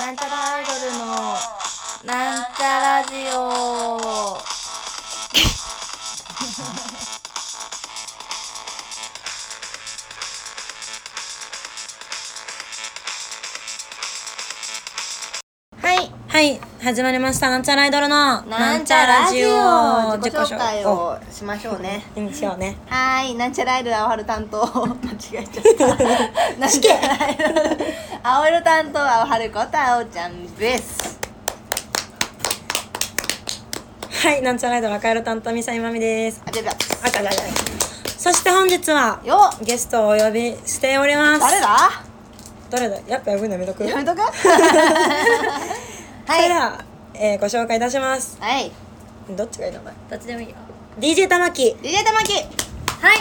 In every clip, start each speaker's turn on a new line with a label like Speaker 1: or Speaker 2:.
Speaker 1: なんちゃらアイドルのなんちゃラジオはい
Speaker 2: はい始まりましたなんちゃらアイドルの
Speaker 1: なんちゃラジオ自
Speaker 2: 自己
Speaker 1: 己
Speaker 2: 紹
Speaker 1: 紹
Speaker 2: 介
Speaker 1: 介
Speaker 2: を
Speaker 1: をしましょうね
Speaker 2: にしようね
Speaker 1: はーい、なんちゃらアイドル青春担 当間違えちゃった。なんちゃらアイドル青色担当青春こと青ちゃんです。
Speaker 2: はいなんちゃらアイドル赤色担当みさいまみです
Speaker 1: あ、出た。
Speaker 2: 赤じゃないそして本日は
Speaker 1: よっ
Speaker 2: ゲストをお呼びしております
Speaker 1: 誰だ？
Speaker 2: 誰だやっぱ呼ぶのやめとく
Speaker 1: やめと く？
Speaker 2: それで
Speaker 1: はい。
Speaker 2: は、えーご紹介いたします
Speaker 1: はい。
Speaker 2: どっちがいいのかな
Speaker 3: どっちでもいいよ
Speaker 2: DJ 玉木
Speaker 1: DJ 玉木。
Speaker 3: は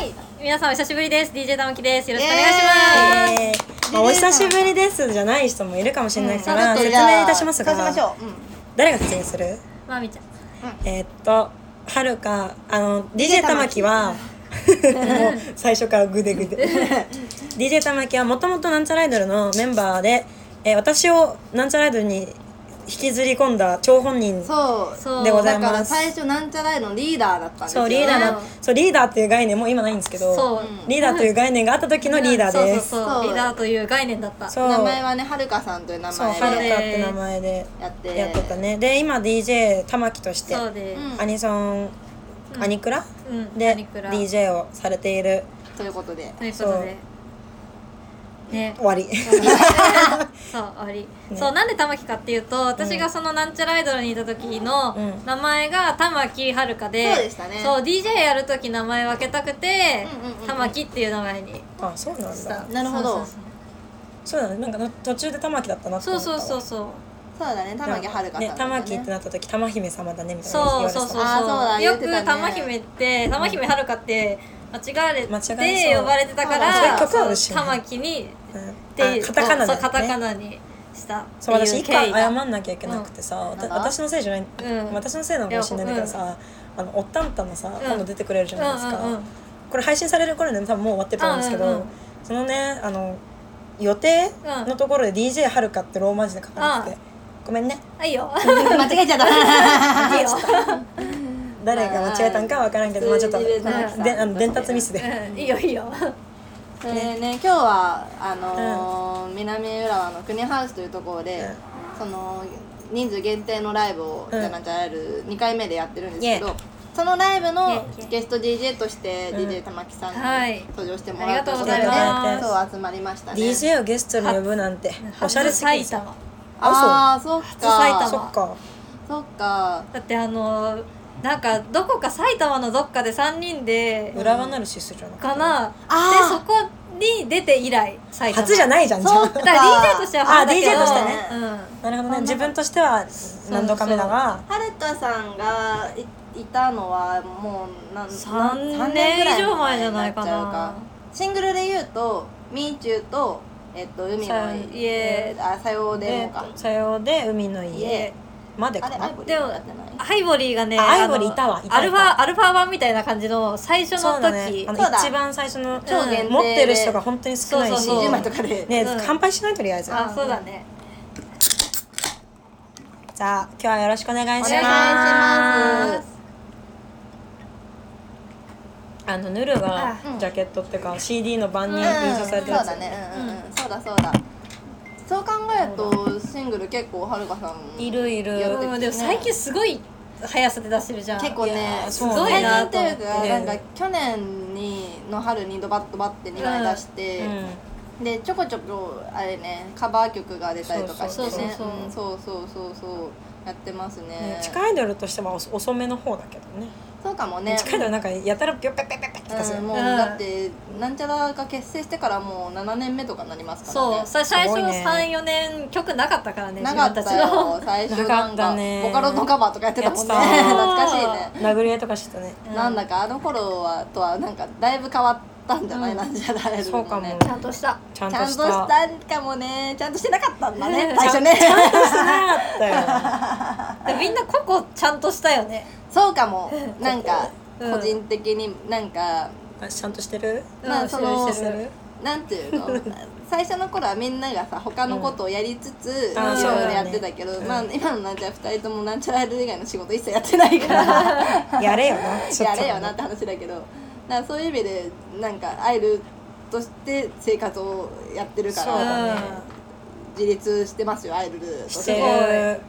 Speaker 3: い皆さんお久しぶりです DJ 玉木ですよろしくお願いします
Speaker 2: えーまあお久しぶりですじゃない人もいるかもしれないから、
Speaker 1: ちょっと
Speaker 2: 説
Speaker 1: じゃあ
Speaker 2: 明いたしますが
Speaker 1: そうしましょう。うん。
Speaker 2: 誰が説明する
Speaker 3: まみちゃん
Speaker 2: えーっとはるかあの DJ 玉木はもう最初からグデグデ DJ 玉木はもともとなんちゃらアイドルのメンバーで、えー私をなんちゃらアイドルに引きずり込んだ張本人
Speaker 1: そう。
Speaker 3: そう
Speaker 2: でござい
Speaker 1: だ
Speaker 2: ます
Speaker 1: から最初なんちゃらアイドルのリーダーだったんですよ、
Speaker 2: そうリーダーだ
Speaker 3: うん
Speaker 2: そうリーダーっていう概念もう今ないんですけど
Speaker 3: そう
Speaker 2: リーダーという概念があった時のリーダーです
Speaker 3: そうそう
Speaker 1: そ
Speaker 3: そううリーダーという概念だった
Speaker 2: そう
Speaker 1: 名前はね、はるかさんという名
Speaker 2: そうは
Speaker 1: 前
Speaker 2: る
Speaker 1: で
Speaker 2: かって名前で
Speaker 1: やって。
Speaker 2: やってたねで今 DJ 玉木として
Speaker 3: そうで
Speaker 1: うん
Speaker 2: アニソン、
Speaker 3: うん
Speaker 2: アニクラ
Speaker 3: うん
Speaker 2: で
Speaker 3: アニクラ
Speaker 2: DJ をされている
Speaker 1: ということで。
Speaker 3: ということで ね
Speaker 2: 終わり
Speaker 3: そう終わり、
Speaker 2: ね
Speaker 3: そうなんで玉木かっていうと私がそのなんちゃらアイドルにいた時の
Speaker 2: うん
Speaker 3: 名前が玉木はるかで、
Speaker 1: そうでしたね
Speaker 3: そう DJ やる時名前分けたくて、
Speaker 1: うんうんうん
Speaker 3: 玉木っていう名前に
Speaker 2: あそうなんだ
Speaker 1: なるほど。
Speaker 2: そうだねなんかの途中で玉木だったなって
Speaker 3: そう
Speaker 2: 思った
Speaker 3: そうそう
Speaker 2: わ
Speaker 3: そうそう
Speaker 1: そうだね、玉木はるかさんだ
Speaker 2: ね
Speaker 1: ね。
Speaker 2: 玉木ってなった時玉姫様だねみたいな
Speaker 3: そうそうそうそう
Speaker 1: あーそうだ言
Speaker 3: よ
Speaker 1: ってたね
Speaker 3: く玉姫って玉姫はるかって間違われ
Speaker 2: 間違え
Speaker 3: て
Speaker 2: そう
Speaker 3: 呼ばれてたか
Speaker 1: あ
Speaker 3: ら
Speaker 1: そう
Speaker 2: 曲あるし
Speaker 3: そう
Speaker 2: ね
Speaker 3: 玉木に
Speaker 2: うん
Speaker 3: って
Speaker 2: あカタカナだ
Speaker 3: そ
Speaker 2: よね
Speaker 3: うカタカナにしたって
Speaker 2: そう私
Speaker 3: いう
Speaker 2: 一
Speaker 3: 経
Speaker 2: 回
Speaker 3: 緯
Speaker 2: 謝
Speaker 3: が
Speaker 2: んなきゃいけなくてさ、わた
Speaker 1: うん
Speaker 2: 私のせいじゃない、
Speaker 3: うん
Speaker 2: 私のせいなのかもしれないんだけどさ、あのおったんたんのさ、
Speaker 3: ん
Speaker 2: 今度出てくれるじゃないですか、
Speaker 3: うんうんうん
Speaker 2: これ配信される頃には多分もう終わってると思うんですけど、
Speaker 3: うんうんうん
Speaker 2: そのねあの予定
Speaker 3: うん
Speaker 2: のところで DJ はるかってローマ字で書かれてて、ごめんね
Speaker 3: あいいよ
Speaker 1: 間違えちゃった。
Speaker 3: いいよ
Speaker 2: 誰が間違えたんかわからんけど、まあ、ちょっと
Speaker 1: 数字で
Speaker 3: なんか
Speaker 2: であの伝達ミスで、
Speaker 3: うんいいよいいよ
Speaker 1: それね今日はあのー南浦和の国ハウスというところで、その人数限定のライブを「
Speaker 2: うん
Speaker 1: じゃなちゃらる」2回目でやってるんですけど、
Speaker 2: イェ
Speaker 1: そのライブ
Speaker 3: イ
Speaker 1: の
Speaker 3: ェイイェイ
Speaker 1: ゲスト DJ として
Speaker 2: うん
Speaker 1: DJ 玉木さん
Speaker 3: は
Speaker 1: に
Speaker 3: い
Speaker 1: 登場してもらった
Speaker 3: ありがとうご
Speaker 2: ざいます
Speaker 1: そう集まりましたね
Speaker 2: DJ をゲストに呼ぶなんておしゃれすぎる
Speaker 3: 初埼玉
Speaker 1: ああそっか
Speaker 3: 初埼玉
Speaker 2: そっか
Speaker 1: そっか
Speaker 3: だってあのなんかどこか埼玉のどっかで3人で
Speaker 2: 浦和なる出世じゃなく
Speaker 3: かなで
Speaker 1: あー
Speaker 3: そこに出て以来埼玉
Speaker 2: 初じゃないじゃんじゃ
Speaker 1: そ
Speaker 2: あ
Speaker 1: うか
Speaker 3: だから DJ としては
Speaker 2: あ
Speaker 3: 初だけど
Speaker 2: DJ として
Speaker 1: ね
Speaker 2: なるほどね自分としては何度か目だが
Speaker 1: はるかさんがいいたのはもうなん
Speaker 3: 三
Speaker 1: なん
Speaker 3: 年
Speaker 1: ぐら
Speaker 3: 以上前じゃないかな
Speaker 1: っちゃうシングルで言うと「みーちゅう」と「えっと海の
Speaker 3: さいえ
Speaker 1: えーあさようでもか
Speaker 2: さようで海の家
Speaker 1: 家
Speaker 2: まで
Speaker 1: あ
Speaker 2: か
Speaker 1: れ
Speaker 2: な
Speaker 1: アイボリーだってない
Speaker 3: うんアイボリーがね
Speaker 2: あ
Speaker 3: あ
Speaker 2: アイボリー
Speaker 3: の
Speaker 2: いたわいたいた
Speaker 3: アルファアルファ版みたいな感じの最初
Speaker 2: そ
Speaker 3: の
Speaker 2: うだね
Speaker 3: 時
Speaker 2: あの
Speaker 1: そうだ
Speaker 2: 一番最初の
Speaker 3: 超限
Speaker 1: で
Speaker 3: 定
Speaker 2: 持ってる人が本当に少ないし
Speaker 3: そうそうそう
Speaker 1: 20枚とかで、
Speaker 2: ね
Speaker 3: うん
Speaker 2: 乾杯しないとりあえず
Speaker 3: あそうだね
Speaker 2: じゃあ今日はよろしくお願いします
Speaker 1: お願いします
Speaker 2: あのヌルが
Speaker 1: うん
Speaker 2: ジャケットっていうか CD の版に
Speaker 1: うん
Speaker 2: 印刷されてる
Speaker 1: そ
Speaker 2: や
Speaker 1: う
Speaker 2: つ
Speaker 1: だねうんうんうんそうだそうだそう考えるとシングル結構はるかさん
Speaker 2: いるいる
Speaker 1: や
Speaker 3: うんでも最近すごい速さで出してるじゃん
Speaker 1: 結構
Speaker 2: いや
Speaker 1: ね
Speaker 2: ー
Speaker 1: す
Speaker 2: そう
Speaker 1: ご
Speaker 2: ね
Speaker 1: いなと思って
Speaker 2: 最近っていうか
Speaker 1: なんか去年にの春にドバッドバって2枚出して、
Speaker 2: うん
Speaker 1: でちょこちょこあれねカバー曲が出たりとかしてね
Speaker 2: そうそう
Speaker 3: そう
Speaker 1: うんそうそうそうそうやってますね
Speaker 2: ね地下アイドルとしては遅遅めの方だけどね
Speaker 1: そうかもね
Speaker 2: 地下アイドルなんかやたらピョッピョッピョッピョッピョッって出すよ
Speaker 1: うん、
Speaker 2: ね
Speaker 1: もう
Speaker 3: うん
Speaker 1: だってなんちゃらが結成してからもう7年目とかになりますからね
Speaker 3: そうさ最
Speaker 2: すご
Speaker 3: 初
Speaker 2: いね
Speaker 3: 34年曲なかったからね
Speaker 1: なかったよ
Speaker 3: 自
Speaker 1: 最初
Speaker 2: なか
Speaker 1: な
Speaker 2: っ
Speaker 1: ん
Speaker 2: た
Speaker 1: か
Speaker 2: ね
Speaker 1: ボカロのカバーとかやってたもんね
Speaker 2: やってた
Speaker 1: 懐かしいね
Speaker 2: 殴り合いとかしてたね
Speaker 3: 分たちの
Speaker 1: なんだかあの頃はとはなんかだいぶ変わったんじゃない、
Speaker 3: うん
Speaker 1: なんじゃない
Speaker 2: そうかも
Speaker 3: ちゃんとした
Speaker 2: ちゃん
Speaker 1: ち
Speaker 2: と
Speaker 1: ゃんと
Speaker 2: し
Speaker 1: したたんかもねちゃんとしてなかったんだね
Speaker 3: うん
Speaker 1: 最初ね
Speaker 2: だよ
Speaker 3: でみんな個々ちゃんとしたよね
Speaker 1: そうかもなんか
Speaker 3: うん
Speaker 1: 個人的になんか、
Speaker 2: あちゃんとしてる
Speaker 3: うん
Speaker 1: まあその
Speaker 3: してるしてる
Speaker 1: なんていう の最初の頃はみんながさ他のことをやりつつい
Speaker 2: あー
Speaker 1: ろいろやってたけど、まあ今のなんちゃら2人ともなんちゃらアイドル以外の仕事一切やってない から。
Speaker 2: やれよなちょっ
Speaker 1: や
Speaker 2: と
Speaker 1: れよなって話だけどだからそういう意味でなんかアイドルとして生活をやってるか
Speaker 2: そ
Speaker 1: ら
Speaker 2: うだね
Speaker 1: 自立してますよアイドルと
Speaker 2: し
Speaker 1: してて
Speaker 2: る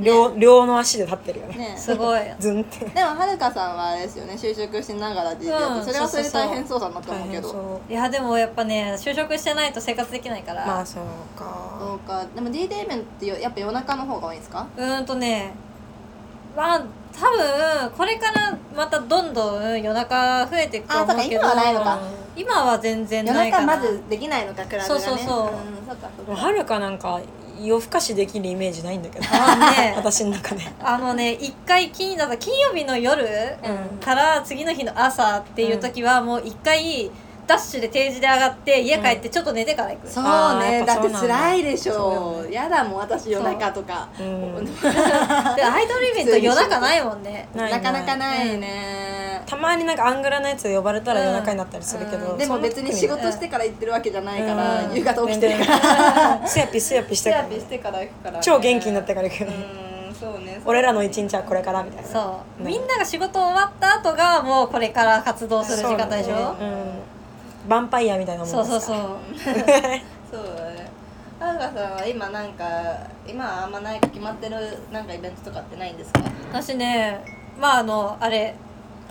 Speaker 2: 両両の足で立ってるよね
Speaker 1: ね
Speaker 3: すごい
Speaker 2: ズンって
Speaker 1: でもはるかさんはあれですよね就職しながら自立、
Speaker 3: うん
Speaker 1: それはそれで
Speaker 3: そうそう
Speaker 1: 大
Speaker 3: そう
Speaker 1: 変そうだなと
Speaker 2: 大
Speaker 1: 思うけ
Speaker 2: 変
Speaker 1: ど
Speaker 2: そう
Speaker 3: いやでもやっぱね就職してないと生活できないから、
Speaker 2: まあそうか
Speaker 1: そうかでも D デイメンってよやっぱ夜中の方が多いんですか
Speaker 3: うーんとねまあ多分これからまたどんどん夜中増えていくと
Speaker 1: あそう
Speaker 3: 思
Speaker 1: か
Speaker 3: うけど
Speaker 1: 今はないのか
Speaker 3: 今は全然
Speaker 1: 夜
Speaker 3: ないか
Speaker 1: 中
Speaker 3: な
Speaker 1: まずできないのかクラブがね
Speaker 3: そうそうそうん
Speaker 1: そっかそっ
Speaker 2: もう
Speaker 1: か
Speaker 2: はるかなんか夜更かしできるイメージないんだけど
Speaker 3: あのね
Speaker 2: 私の中で
Speaker 3: あのね一回金だから金曜日の夜
Speaker 2: うん
Speaker 3: から次の日の朝っていう時はもう一回ダッシュで定時で上がって家帰ってちょっと寝てから行く、
Speaker 1: そ
Speaker 2: あ
Speaker 1: う
Speaker 2: ーや
Speaker 1: ね
Speaker 2: っ
Speaker 1: だ
Speaker 2: ぱそ
Speaker 1: っ
Speaker 2: うな
Speaker 1: て
Speaker 2: んだ
Speaker 1: 辛いでし
Speaker 2: そ
Speaker 1: ょ
Speaker 2: う
Speaker 1: うやだもん私夜中とか
Speaker 2: うん
Speaker 3: でアイドルイベント夜中ないもんね
Speaker 2: な い
Speaker 1: なかなか
Speaker 2: い
Speaker 1: ないね
Speaker 2: たまになんかアングラのやつ呼ばれたら夜中になったりするけど、
Speaker 1: でも別に仕事してから行ってるわけじゃないから、夕方起きてるから
Speaker 2: らすやぴすやぴして
Speaker 1: セ
Speaker 2: るか
Speaker 1: ラ
Speaker 2: ら
Speaker 1: ピーしてから行くから、
Speaker 2: 超元気になって
Speaker 1: か
Speaker 2: から行くよね
Speaker 1: うんそうね
Speaker 2: 俺らの一日はこれからみたいな
Speaker 3: そう、
Speaker 2: ね
Speaker 3: みんなが仕事終わった後がもうこれから活動する時間でし
Speaker 2: そう
Speaker 3: ょ
Speaker 2: だねうん、ヴァンパイアみたいなもん
Speaker 3: そう
Speaker 2: です
Speaker 3: そ
Speaker 2: か
Speaker 3: うそう
Speaker 1: そうだねはるかさんは今なんか今はあんまない決まってるなんかイベントとかってないんですか
Speaker 3: 私ねまああのあれ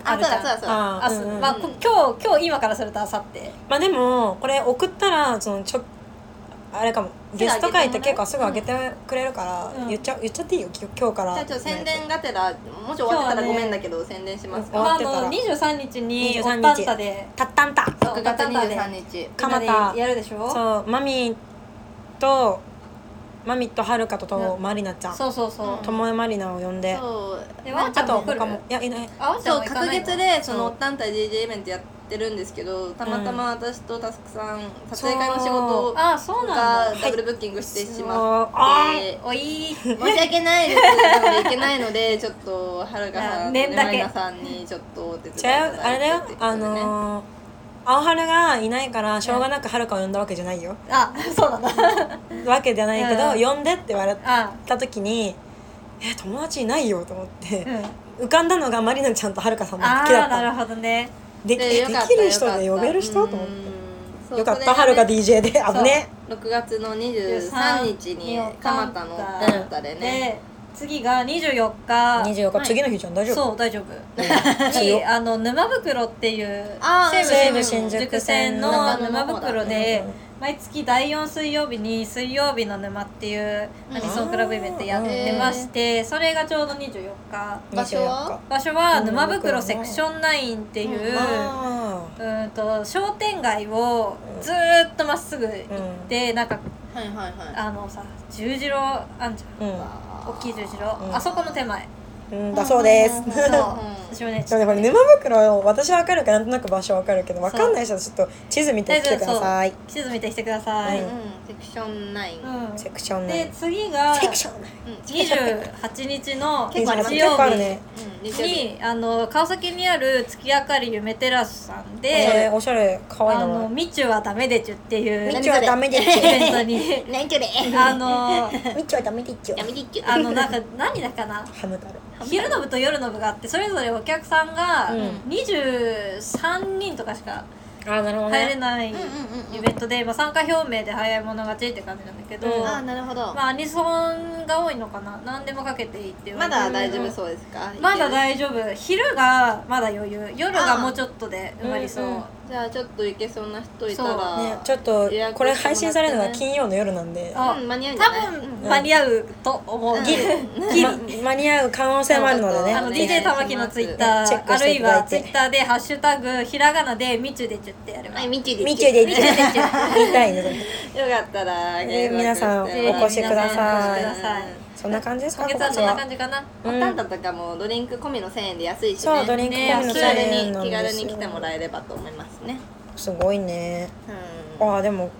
Speaker 3: あるじゃん
Speaker 1: そう
Speaker 2: あ
Speaker 3: あす
Speaker 2: うんうん
Speaker 3: まあ、こ今日今日今からするとあさって
Speaker 2: まあでもこれ送ったらそのちょあれかも
Speaker 1: すぐ上げてもらえ
Speaker 2: ゲスト会って結構すぐ上げてくれるから、
Speaker 3: うん
Speaker 2: 言っちゃ言っちゃっていいよき今日から
Speaker 1: じゃあちょっと宣伝がてらもし終わってたらごめんだけど、宣伝します
Speaker 2: 終わ
Speaker 1: か
Speaker 3: まあ、
Speaker 2: ってたら
Speaker 3: あの23日に
Speaker 2: 23
Speaker 3: お
Speaker 2: 日
Speaker 3: たんたで
Speaker 2: たったんた
Speaker 3: そう
Speaker 1: 6月
Speaker 3: ガタンタで
Speaker 1: 23日
Speaker 2: 蒲田
Speaker 3: みんなでやるでしょう
Speaker 2: そうマミとマミとはるかととまりなちゃん
Speaker 3: そうそうそう、
Speaker 1: うん
Speaker 2: ともえまりなを呼んで
Speaker 1: そう
Speaker 3: で
Speaker 1: なんか
Speaker 3: ワンちゃん
Speaker 2: と
Speaker 3: も来る
Speaker 2: 他もいやいない
Speaker 3: あワンちゃ
Speaker 1: そう
Speaker 3: んも行か
Speaker 1: 隔
Speaker 3: ないの
Speaker 1: 月でそのおったんた DJ イベントやってるんですけどたまたま私とタスクさん撮影会の仕事を
Speaker 3: あそうな
Speaker 1: が
Speaker 3: んだ
Speaker 1: ダブルブッキングしてし
Speaker 2: そ
Speaker 1: ま
Speaker 2: う
Speaker 1: って、
Speaker 2: あ
Speaker 3: おい
Speaker 1: 申し訳ないですなのでいけないのでちょっとはるかさんと
Speaker 3: 念だけ
Speaker 1: マリナさんにちょっとお手伝いい
Speaker 2: 違う
Speaker 1: た
Speaker 2: あれだ
Speaker 1: だい
Speaker 2: よ
Speaker 1: てっていうこと
Speaker 2: あ
Speaker 1: でね
Speaker 2: のー青春がいないからしょうがなくはるかを呼んだわけじゃないよ、
Speaker 3: あそうなんだ
Speaker 2: わけじゃないけど、
Speaker 3: うん
Speaker 2: 呼んでって言われ
Speaker 3: あ
Speaker 2: た時に「え友達いないよ」と思って
Speaker 3: う、ん
Speaker 2: 浮かんだのがまりなちゃんとはるかさんの
Speaker 3: あ
Speaker 2: だ
Speaker 3: ー
Speaker 2: けだった
Speaker 3: なる
Speaker 2: の
Speaker 3: ほどね
Speaker 2: で
Speaker 1: で
Speaker 2: で
Speaker 1: よかった
Speaker 2: きる人で呼べる人
Speaker 1: よか
Speaker 2: と思
Speaker 1: た
Speaker 2: っ
Speaker 1: う
Speaker 2: て
Speaker 1: ん
Speaker 2: よか
Speaker 1: そ
Speaker 2: っ
Speaker 1: う
Speaker 2: たはるか
Speaker 1: それがね
Speaker 2: DJ で危ね
Speaker 1: 6月の23日に蒲田のおったんたでね
Speaker 3: で次が24日
Speaker 2: 24日、次の日じゃん大丈夫
Speaker 3: そう大丈夫
Speaker 2: 強
Speaker 3: にあの沼袋っていう
Speaker 1: あー
Speaker 3: 西武
Speaker 2: 西武新
Speaker 3: 新宿
Speaker 2: 宿
Speaker 3: 線
Speaker 2: 線
Speaker 3: の
Speaker 2: の
Speaker 3: 沼袋で
Speaker 2: うん
Speaker 3: 毎月第4水曜日に「水曜日の沼」っていう
Speaker 1: うん
Speaker 3: アニソンクラブイベントやってましてそれがちょうど24日
Speaker 1: 場所は
Speaker 3: 場所は沼袋セクション9ってい
Speaker 2: 24
Speaker 3: う
Speaker 2: あ
Speaker 3: うーんと商店街をずーっとまっすぐ行ってなんか
Speaker 1: はいはいはい
Speaker 3: あのさ十字路あんじ
Speaker 2: ーうん
Speaker 3: ゃん大きい十字路
Speaker 2: うん
Speaker 3: あそこの手前
Speaker 2: うん、だそうです。
Speaker 1: うん
Speaker 3: そ う
Speaker 2: でも
Speaker 3: 私もね
Speaker 2: ねこれ沼袋を私は分かるからなんとなく場所分かるけど分かんない人はちょっと地図見てきてください。
Speaker 3: 地図見てきてください、
Speaker 1: う
Speaker 2: うんん
Speaker 1: セクション9、
Speaker 3: うん
Speaker 2: セクション
Speaker 3: で
Speaker 2: ね。
Speaker 3: 次が
Speaker 2: セクションね。
Speaker 3: 28日の日
Speaker 1: 結構あります
Speaker 2: 結構あるね
Speaker 3: 曜。
Speaker 1: うん
Speaker 3: 日
Speaker 1: 日曜日
Speaker 3: にあの川崎にある月明かり夢テラスさん
Speaker 2: おしゃれ
Speaker 3: で
Speaker 2: おしゃれ
Speaker 3: 「
Speaker 2: 可愛い
Speaker 3: あ
Speaker 2: な
Speaker 3: の
Speaker 2: の。
Speaker 3: みちゅはダメでちゅ」っていう
Speaker 2: み
Speaker 3: イ
Speaker 2: ちゅはダメでち
Speaker 3: ベン トに
Speaker 1: 何キで
Speaker 3: あの
Speaker 2: みっちはダメでっちよ
Speaker 1: や。めてっきゅ
Speaker 3: あのなんか何だかな
Speaker 2: ハム太郎。
Speaker 3: 昼の部と夜の部があってそれぞれお客さんが
Speaker 2: うん
Speaker 3: 23人とかしか
Speaker 2: あなるほど
Speaker 3: 入れ
Speaker 2: ね。
Speaker 3: ないイ
Speaker 1: うんうんうんうん
Speaker 3: ベントで、まあ、参加表明で早い者勝ちって感じなんだけど、
Speaker 2: うん
Speaker 1: あなるほど
Speaker 3: まあ、アニソンが多いのかな何でもかけていいって言
Speaker 1: ま
Speaker 3: われて
Speaker 1: だ
Speaker 3: る
Speaker 1: 大丈夫そうですか
Speaker 3: まだ大丈夫昼がまだ余裕夜がもうちょっとで埋まりそう、
Speaker 2: うんうん
Speaker 1: じゃあちょっと行けそうな人いた
Speaker 3: そ
Speaker 1: ら、
Speaker 2: ねちょっとこれ配信されるのが金曜の夜なんで。
Speaker 3: あ
Speaker 1: うん間に合うんじゃない
Speaker 3: 多分間に合うと思う、
Speaker 1: うん
Speaker 3: ギリギリ
Speaker 2: ま間に合う可能性もあるのでね。
Speaker 3: あの
Speaker 1: ぜひ
Speaker 3: DJ 玉木のツイッタ
Speaker 2: チェ
Speaker 3: ー
Speaker 2: ック
Speaker 3: あ
Speaker 2: し
Speaker 3: る
Speaker 2: てい
Speaker 3: い
Speaker 2: ただ
Speaker 3: はいツ
Speaker 2: て
Speaker 3: イッターで「ハッシュタグひらがな」で「みちゅでちゅ」ってやれば、
Speaker 1: はい、ミッチーで
Speaker 2: みっちゅでっ
Speaker 1: よ
Speaker 2: ち言いたいね。それ
Speaker 1: かったら
Speaker 2: えー皆さんお越しください
Speaker 3: 皆さんお越しください
Speaker 2: そんな感じですか。
Speaker 3: 今月はそんな感じかな
Speaker 1: おたんたとかもドリンク込みの1000円で安いしね
Speaker 2: そうドリンク込
Speaker 3: みの
Speaker 1: 気
Speaker 3: 1000
Speaker 1: 軽
Speaker 2: 円
Speaker 1: に
Speaker 2: なんですよ
Speaker 1: 気軽に来てもらえればと思いますね
Speaker 2: すごいね。
Speaker 1: うん
Speaker 2: ああでも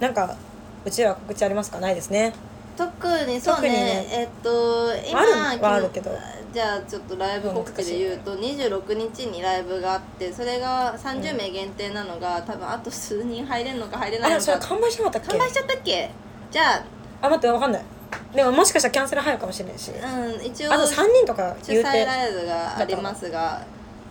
Speaker 2: なんかうちら告知ありますかないですね
Speaker 1: 特にそう
Speaker 2: 特に
Speaker 1: ね
Speaker 2: ね
Speaker 1: えっと今
Speaker 2: あるはあるけど
Speaker 1: 昨日じゃあちょっとライブ告知で言うと26日にライブがあってそれが30名限定なのが多分あと数人入れるのか入れな
Speaker 2: あ
Speaker 1: いの
Speaker 2: れ
Speaker 1: か
Speaker 2: それ完売しなかったっけ
Speaker 1: 完売しちゃったっけじゃ
Speaker 2: あ待ってわかんないでももしかしたらキャンセル入るかもしれないし
Speaker 1: あ、うん、一応
Speaker 2: あと3人とか
Speaker 1: 主催
Speaker 2: 言うて
Speaker 1: ライブがありますが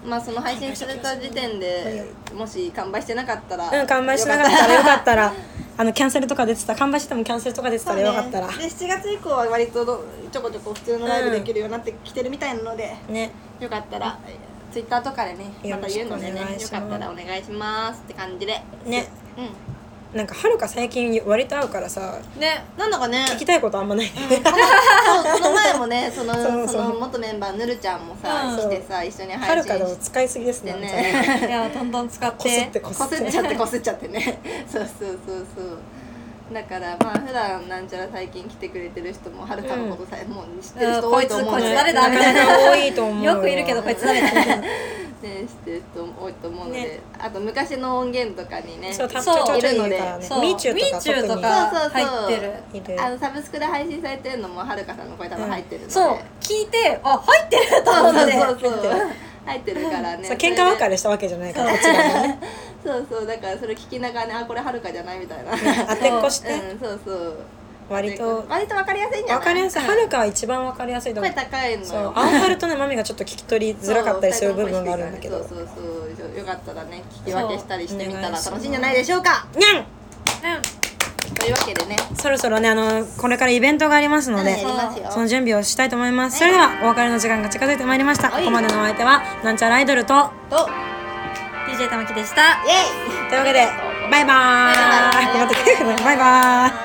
Speaker 1: まあその配信された時点でもし完売してなかったら
Speaker 2: うん完売しなか ったらよかったらあのキャンセルとか出てた完売しててもキャンセルとか出てたらよかったら
Speaker 1: そうねで7月以降は割とどちょこちょこ普通のライブできるようになってきてるみたいなので、
Speaker 2: ね
Speaker 1: よかったらツイッターとかでね
Speaker 2: よ
Speaker 1: ま
Speaker 2: ろ
Speaker 1: た
Speaker 2: し
Speaker 1: 言
Speaker 2: く
Speaker 1: う
Speaker 2: お
Speaker 1: の
Speaker 2: 願い
Speaker 1: で
Speaker 2: し
Speaker 1: ね
Speaker 2: ます
Speaker 1: よかったらお願いしますって感じで
Speaker 2: ね
Speaker 1: う
Speaker 2: なんかはるか最近割と会うからさ
Speaker 3: ね
Speaker 1: んなんだかね
Speaker 2: 聞きたいことあんまないね
Speaker 1: そうこの前もねその
Speaker 2: そうそう
Speaker 1: その元メンバーのぬるちゃんもさ、
Speaker 3: うん
Speaker 1: 来てさ一緒に
Speaker 2: は
Speaker 1: 配
Speaker 2: る
Speaker 1: 信
Speaker 2: かの
Speaker 1: して
Speaker 2: 使いすぎですね
Speaker 1: ね
Speaker 2: あんたね
Speaker 3: いやどんどん使って
Speaker 2: こすってこす
Speaker 1: こ
Speaker 2: っ
Speaker 1: す
Speaker 2: て
Speaker 1: っちゃってこすっちゃってね そうそうそうそうだからまあ普段なんちゃら最近来てくれてる人もはるかのことさえ、もう知ってる人多いと思うの
Speaker 3: こい
Speaker 1: で
Speaker 3: つ誰だみたい
Speaker 2: な
Speaker 3: な
Speaker 2: かなか多いと思う
Speaker 3: よくいるけどこいつ誰だみたいな
Speaker 1: ね、してる人も多いと思うので、
Speaker 2: ね
Speaker 1: あと昔の音源とかにね
Speaker 2: そうたっち
Speaker 3: そ
Speaker 2: ょ
Speaker 3: う
Speaker 2: ちょちょ
Speaker 1: いる
Speaker 2: い
Speaker 1: の
Speaker 2: る
Speaker 1: で
Speaker 2: からね
Speaker 3: そう
Speaker 2: みーちゅーとか
Speaker 3: みーちゅーとか入ってる
Speaker 2: 特にいる
Speaker 1: あのサブスクで配信されてるのもはるかさんの声多分入ってるので、
Speaker 3: そう聞いてあ入ってると思
Speaker 1: そう
Speaker 3: っ
Speaker 1: そう
Speaker 3: て
Speaker 1: そうそう入ってるからね
Speaker 2: そう喧嘩別
Speaker 1: る
Speaker 2: れしたわけじゃないからこちらも ね
Speaker 1: そうそうだからそれ聞きながらねあこれはるかじゃないみたいな
Speaker 2: 当てっこして
Speaker 1: うんそうそう
Speaker 2: 割と
Speaker 1: 割と分かりやすいんじゃない
Speaker 2: 分かりやすい
Speaker 1: うん
Speaker 2: はるかは一番分かりやすいと思
Speaker 1: 声
Speaker 2: う
Speaker 1: 高いのよ
Speaker 2: そう青春とねマミがちょっと聞き取りづらかったりする部分があるんだけど
Speaker 1: そうそうそうよかったらね聞き分けしたりしてみたら楽しいんじゃないでしょうか
Speaker 2: にゃん
Speaker 1: というわけでね
Speaker 2: そろそろねあのこれからイベントがありますので
Speaker 1: やりますよ
Speaker 2: その準備をしたいと思いますそれではお別れの時間が近づいてまいりましたここまでのお相手はなんちゃらアイドルと
Speaker 1: と
Speaker 3: DJ 玉木でした
Speaker 1: イエイ
Speaker 2: というわけでバイバ
Speaker 1: バ
Speaker 2: ーイ
Speaker 1: イバイ
Speaker 2: 待ってバイバーイ